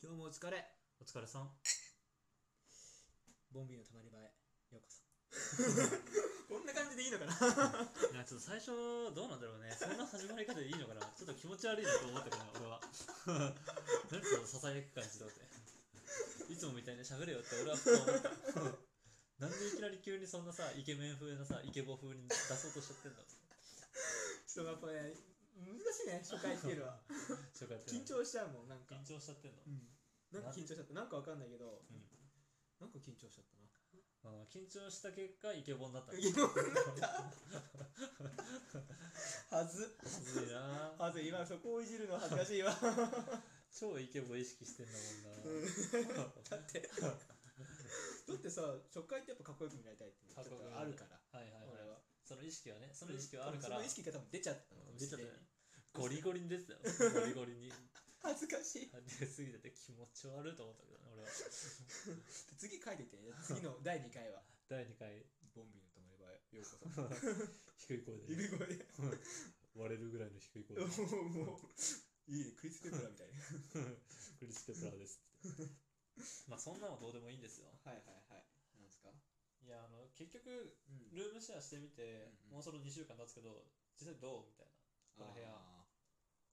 今日もお疲れお疲れさん。ボンビーのたまり場へようこそ こんな感じでいいのかないや、ちょっと最初、どうなんだろうね。そんな始まり方でいいのかな。ちょっと気持ち悪いなと思ったから、俺は。なんかささやく感じだって。いつもみたいに喋れよって俺はふと思った。なんでいきなり急にそんなさ、イケメン風なさ、イケボ風に出そうとしちゃってんだろうちょっとやっぱね難しいね初回っていうのは初回って緊張しちゃうもんなんか、緊張しちゃってんの。うん、なんか緊張しちゃったなんかわかんないけど、んなんか緊張しちゃったなあの緊張した結果、イケボになった。イケボはず恥ずいなはず今そこをいじるの恥ずかしいわ超イケボ意識してんだも んな。だってだってさ初回ってやっぱかっこよく見られたいっていうのがちょっとあるからはいはい俺はいは。その意識はね、その意識はあるから。その意識が多分出ちゃったのかも出しちゃっれたなよいねゴリゴリに出てたよ。ゴリゴリに。恥ずかしい出すぎてて気持ち悪いと思ったけど ね、俺は。次書いてて次の第2回は第2回、 ボンビーの止まり場へようこそ低い声で、 指声で割れるぐらいの低い声 で、もういいねクリス・ペプラーみたいなクリス・ペプラーですって。まあ、そんなのどうでもいいんですよ。はいはいはいなんですかいや、あの、結局、うんルームシェアしてみて、うんうんもうその2週間経つけど、実際どうみたいな。この部屋あー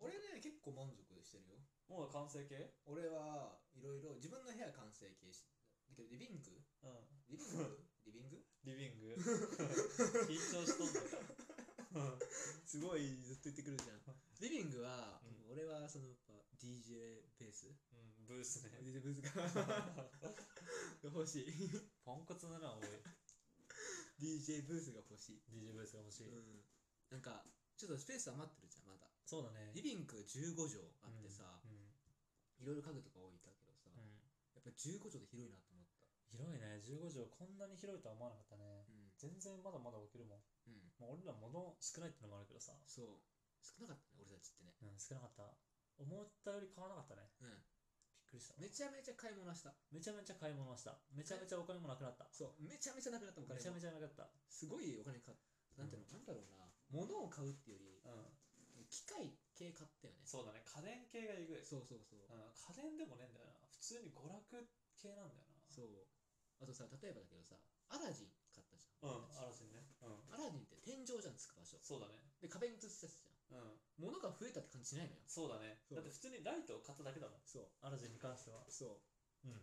俺ね結構満足してるよもう完成形俺はいろいろ自分の部屋完成形しだけどリビングうん。リビン グリビングリビン グ。緊張しとんだから。すごいずっと言ってくるじゃんリビングは、う俺はそのやっぱ DJ ベースうん、ブ ースね。 DJ ベースが 欲しいポンコツなら多い。 DJ ブースが欲しい、 DJ ブースが欲しい。うん、なんかちょっとスペース余ってるじゃんまだそうだね。リビング15畳あってさ、うんいろいろ家具とか置いたけどさ、うんやっぱ15畳で広いなと思った広いね15畳こんなに広いとは思わなかったねうん、全然まだまだ置けるもん、うん、まあ、俺ら物少ないってのもあるけどさ、そう少なかったね俺たちってねうん、少なかった思ったより買わなかったねうびっくりしんためちゃめちゃ買い物しためちゃめちゃ買い物をしためちゃめちゃお金もなくなったそうめちゃめちゃなくなったお金もめちゃめちゃなかったすごいお金かなんていうの、なんだろうな物を買うっていうよりうん機械系買ったよねそうだね家電系がいぐい、うん、そうそうそう、家電でもねえんだよな普通に娯楽系なんだよなそうあとさ例えばだけどさアラジン買ったじゃん、うん嵐にねうんアラジンって天井じゃんつく場所そうだねで壁に映したやつじゃんうん物が増えたって感じしないのよそうだねそうだって普通にライトを買っただけだもんそう嵐に関してはそうんう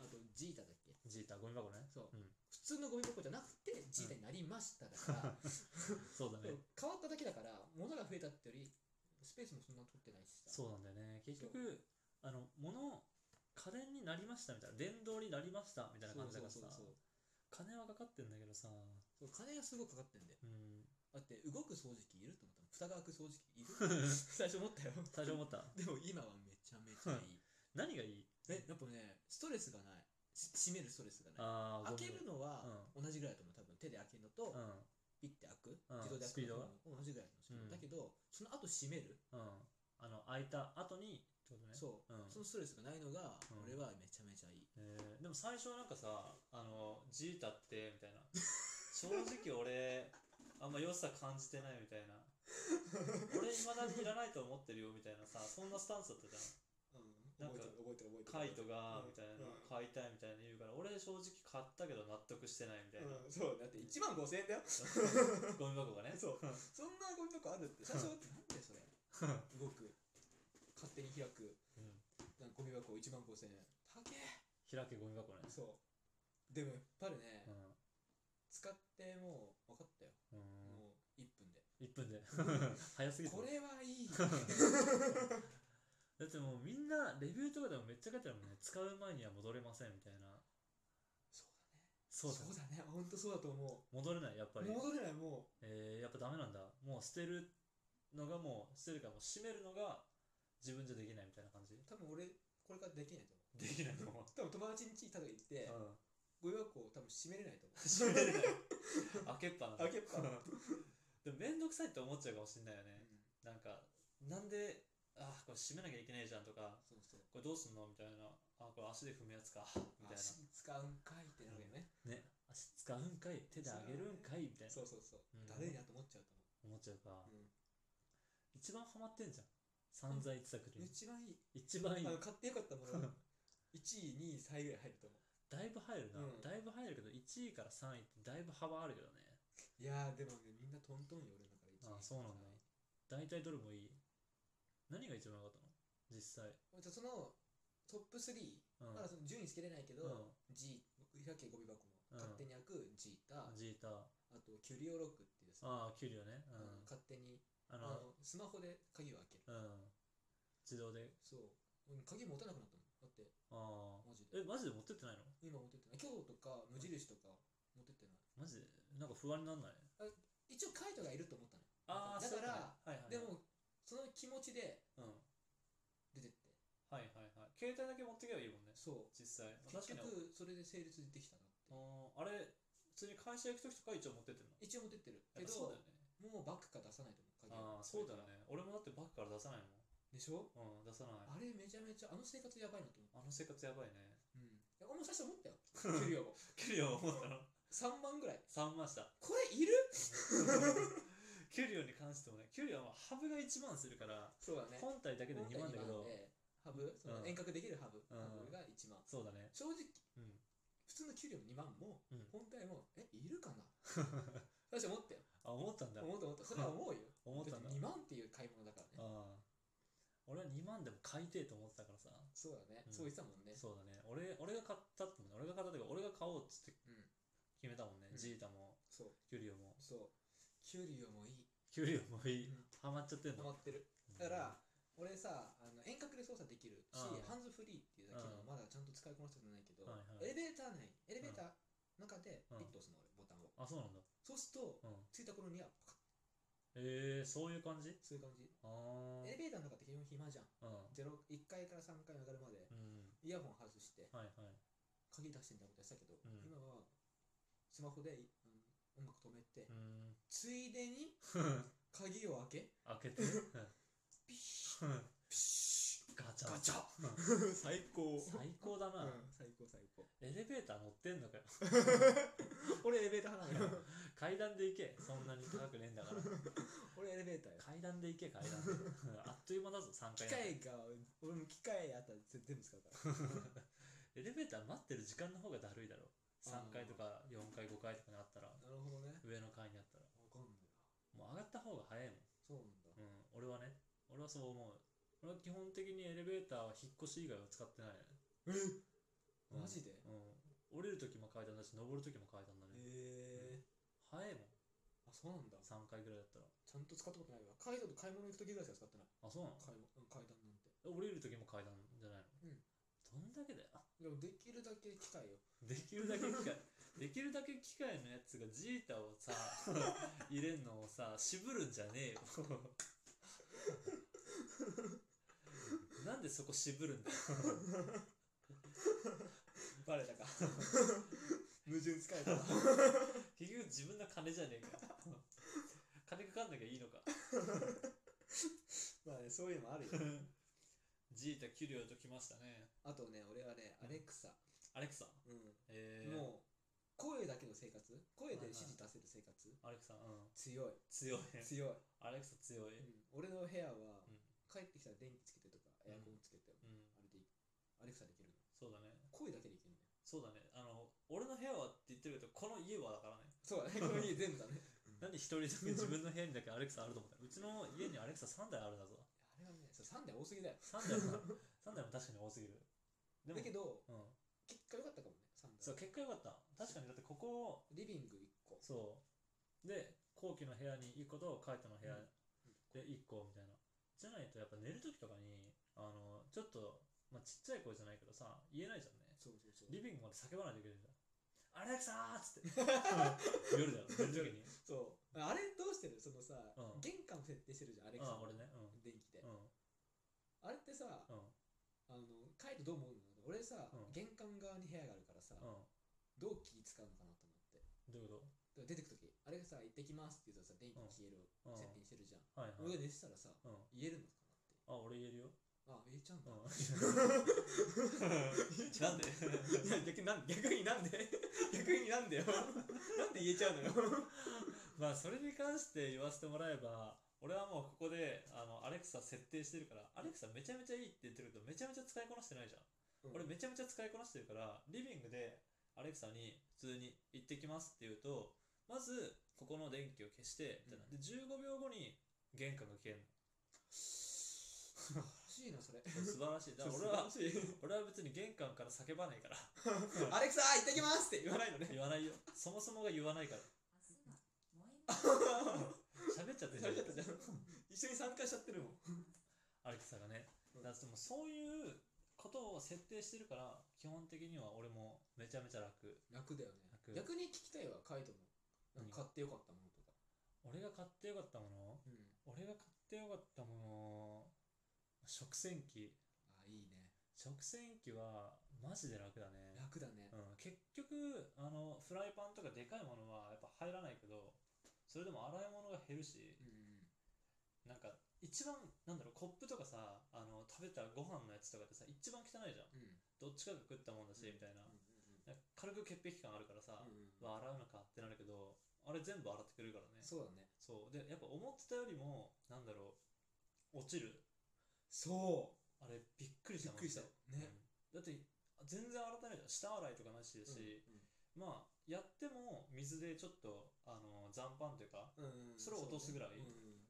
あとジータだっけジータゴミ箱ねそう、うん普通のゴミ箱じゃなくてジータになりましただから、そうだね そう変わっただけだから物が増えたってよりスペースもそんな取ってないしさそうなんだよね結局あの物家電になりましたみたいな電動になりましたみたいな感じだからさそうそう金はかかってんだけどさそうそう金がすごくかかってんだようんだって動く掃除機いると思ったの蓋が開く掃除機い る最初思ったよ最初思ったでも今はめちゃめちゃいい何がいいえやっぱねストレスがないし閉めるストレスがないああ開けるのは同じぐらいだと思う多分手で開けるのと、うんピッて開くうん自動でスピ開ーくドのはと同じぐらいのスピード、うんだけどその後閉める、うんあの開いた後にってことねそう、うんそのストレスがないのが、うん俺はめちゃめちゃいいえーでも最初はなんかさあのジータってみたいな正直俺あんま良さ感じてないみた いな俺未だにいらないと思ってるよみたいなさそんなスタンスだったじゃんうなんか覚えてる覚えカイトがうんみたいなうん買いたいみたいな言うから俺正直買ったけど納得してないみたいな、うん、そうだって1万5000円だよ ゴミ箱がねそう そんなゴミ箱あるって最初だってなんでそれ動く勝手に開くうんなんかゴミ箱1万5000円高え開けゴミ箱ねそうでもやっぱりね、う使ってもう分かったよ、ん、うもう1分でん、1分で早すぎてこれはい いだってもうみんなレビューとかでもめっちゃ書いてあるもんね使う前には戻れませんみたいなそうだそうだねほんとそうだと思戻れないやっうぱり、戻れないもえーやっぱダメなんだもう捨てるのがもう捨てるからもう閉めるのが自分じゃできないみたいな感じう多分俺これからできないと思できないと思う、う多分友達ん家にただ行ってうん、ゴミ箱を多分閉めれないと思う閉 めれない開けっぱな開けっ ぱなでも面倒くさいって思っちゃうかもしれないよね、うんなんか、なんで、あーこれ閉めなきゃいけないじゃんとか、そうそうこれどうすんのみたいな、あーこれ足で踏むやつか、みたい足使うんかいってなるよね、な。ね、足使うんかい、手で上げるんかい、みたいな。そうそうそう、うんだるいなと思っちゃうと思っちゃうか思。う、一番ハマってんじゃん。散々言ってたけど一番いい一番いいあの買ってよかったもの 1位2位3位ぐらい入ると思だいぶ入るな、うんだいぶ入るけど1位から3位ってだいぶ幅あるけどねういやーでもねみんなトントンよ俺の中で一位ああそうなんだはい大体どれもいい何が一番良かったの実際じゃあそのトップ3、うん、まだその順位つけれないけど、うん G 百景ゴミ箱もうん勝手に開く G か、ジーターあとキュリオロックっていうさ、ああ給料ねあの勝手にうんああののスマホで鍵を開けるうん自動でそう俺鍵持たなくなったもんだってああマジでえマジで持ってってないの今持ってってない今日とか無印とか持ってってないマジでなんか不安になんない一応カイトがいると思ったのあだあからそうねはいはいはい、でもその気持ちでうん出てってはいはいはい携帯だけ持ってけばいいもんねそう実際まあ結確かに局それで成立できたなってあーあれ普通に会社行く時とか一応持ってってるの一応持ってってるけやっぱどそうだよねもうバッグから出さないと思う鍵をああそうだよね俺もだってバッグから出さないもでしょんうん出さなあいれめちゃめちゃあの生活やばいなと思うあの生活やばいねうんいや俺も最初思っ たよ給料給料思ったの3万ぐらい3 万した これいる給料に関してもね給料はハブが1万するからそうだね本体だけで2万だけどでハブそのうん遠隔できるハブ、うんハブが1万そうだね正直うん普通の給料の2万もうん本体もえいるか な私思ったよあ思ったんだ思った思ったそれは思うよ 思ったんだ2万っていう買い物だからねああ俺は2万でも買いてえと思ってたからさそうだね、うんそう言ってたもんねそうだね俺俺が買ったってもんね俺が買ったっていうか俺が買おうっつってうん決めたもんね、うんジータもそうキュリオもそう給料もいいキュリオもいい、うんハマっちゃってんハのマってるだから、俺さあの遠隔で操作できるしあーハンズフリーっていうだけのうんまだちゃんと使いこなせてないけど、はいはいエレベーター内エレベーターの中でうんピッと押すの俺ボタンをあそうなんだそうするとうんついた頃にはパカッえー、そういう感じそういう感じああエレベーターの中って基本暇じゃんうん0 1階から3階上がるまでうんイヤホン外してはいはい鍵出してみたいなことやってたけど、うん今はスマホで、うん、音楽止めて、うーんついでに鍵を開け開 けてピシッガピシチッャガチャ最高最高だうな、ん、最高最高エレベーター乗ってんのかよ俺エレベーター派なのよ階段で行けそんなに高くねえんだから俺エレベーターよ階段で行け階 段でうんあっという間だぞ3機階なんて械が俺も機械あったら全部使うからエレベーター待ってる時間の方がだるいだろ3階とか4階5階とかにあったらなるほどね上の階にあったらわかんないもう上がった方が早いもん、そうなんだうん、俺はね俺はそう思う俺は基本的にエレベーターは引っ越し以外は使ってないね、えうんマジでうん、降りる時も階段だし登る時も階段だね、へえ早いもんあそうなんだち3階ぐらいだったらゃんと使ったことないわカイトと買い物行く時ぐらいしか使ってないあそうなの買い物うん階段なんて降りる時も階段じゃないの、うんどんだけだよでもできるだけ機械よできるだけ機械 できるだけ機械のやつがジータをさ入れんのをさ渋るんじゃねえよなんでそこ渋るんだよバレたか 矛盾使え た結局自分の金じゃねえか金かかんなきゃいいのかまあねそういうのもあるよジータ給料ときましたねあとね俺はねアレクサアレクサうんえー、もう声だけの生活声で指示出せる生活アレクサうん強い強い強い、アレクサ強い、うん俺の部屋はうん帰ってきたら電気つけてとかエアコンつけてうん、あれでいいアレクサできるのそうだね声だけでいけるのよそうだねあの俺の部屋はって言ってるけどこの家はだからねそうだねこの家全部だねなんで一人だけ自分の部屋にだけアレクサあると思ったのうちの家にアレクサ3台あるんだぞあれはねそう3台多すぎだよ3台も三台も確かに多すぎるでもだけどうん、結果良かったかもね3そう台結果良かった確かにだってここリビング1個そうで後期の部屋に1個とカイトの部屋で1個みたいなじゃないとやっぱ寝る時とかにあのちょっと、まあ、ちっちゃい声じゃないけどさ言えないじゃんねそうそうそうリビングまで叫ばないといけないじゃんアレクサーっつって 夜だよ寝る時にそうあれどうしてるそのさ、うん玄関設定してるじゃんアレクサあの俺ねうん電気で、うんあれってさ、うんあの帰ってどう思うの俺さ、うん玄関側に部屋があるからさ、うんどう気使うのかなと思ってどういうこだから出てくときあれがさ行ってきますって言うとさ電気消えるうん設定してるじゃん、とはいはい俺が寝てたらさうん、言えるのかなってあ、俺言えるよ。あ言えちゃうんうだ、 んなんでいや逆になん逆になんで逆に なんでよなんで言えちゃうのよまあ、それに関して言わせてもらえば、俺はもうここであのアレクサ設定してるからアレクサめちゃめちゃいいって言ってるけどめちゃめちゃ使いこなしてないじゃんうん 俺めちゃめちゃ使いこなしてるからリビングでアレクサに普通に「行ってきます」って言うとまずここの電気を消してみたいな、うんで15秒後に玄関が消える 素晴らしいなそれの素晴らしいだから俺は素晴らしい俺は別に玄関から叫ば ないからアレクサ行ってきますって言わないのね言わないよそもそもが言わないから喋っちゃってる喋っちゃったじゃん 一緒に参加しちゃってるもんアレクサがねうんだからでもそういうことを設定してるから基本的には俺もめちゃめちゃ楽楽だよね楽逆に聞きたいわカイトもなんか買ってよかったものとか俺が買ってよかったものうん俺が買ってよかったもの食洗機あいいね食洗機はマジで楽だね、楽だねうん、結局あのフライパンとかでかいものはやっぱ入らないけどそれでも洗い物が減るしうんうんなんか一番なんだろうコップとかさあの食べたご飯のやつとかってさ一番汚いじゃんうんどっちかが食ったもんだしみたいなうんなんか軽く潔癖感あるからさ、うんうんうんわ洗うのかってなるけどあれ全部洗ってくれるからねそうだねそうでやっぱ思ってたよりもなんだろう落ちるそあれびっくりうしびたっくりしたマジでねうんだって全然洗ってないじゃん下洗いとかなしだし、まあやっても水でちょっとあの残飯というかうんうんうんそれを落とすぐらい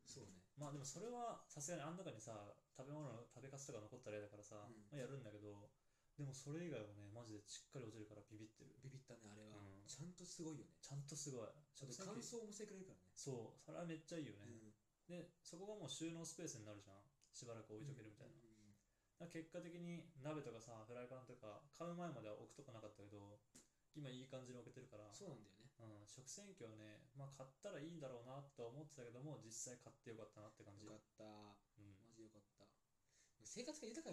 そうねうんうんそうねまあでもそれはさすがにあん中にさ食べ物の食べかすとか残ったら嫌だからさ、うんまあやるんだけどでもそれ以外はねマジでしっかり落ちるからビビってるビビったねあれはうんちゃんとすごいよねちゃんとすごいあと乾燥もしてくれるからねそうそれはめっちゃいいよね、うんでそこがもう収納スペースになるじゃんしばらく置いとけるみたいな、だから結果的に鍋とかさフライパンとか買う前までは置くとこなかったけど今いい感じに置けてるから、そうなんだよねうん、食洗機はね、まあ、買ったらいいんだろうなとは思ってたけども実際買ってよかったなって感じ、ようかん、ったマジよかった生活が豊かに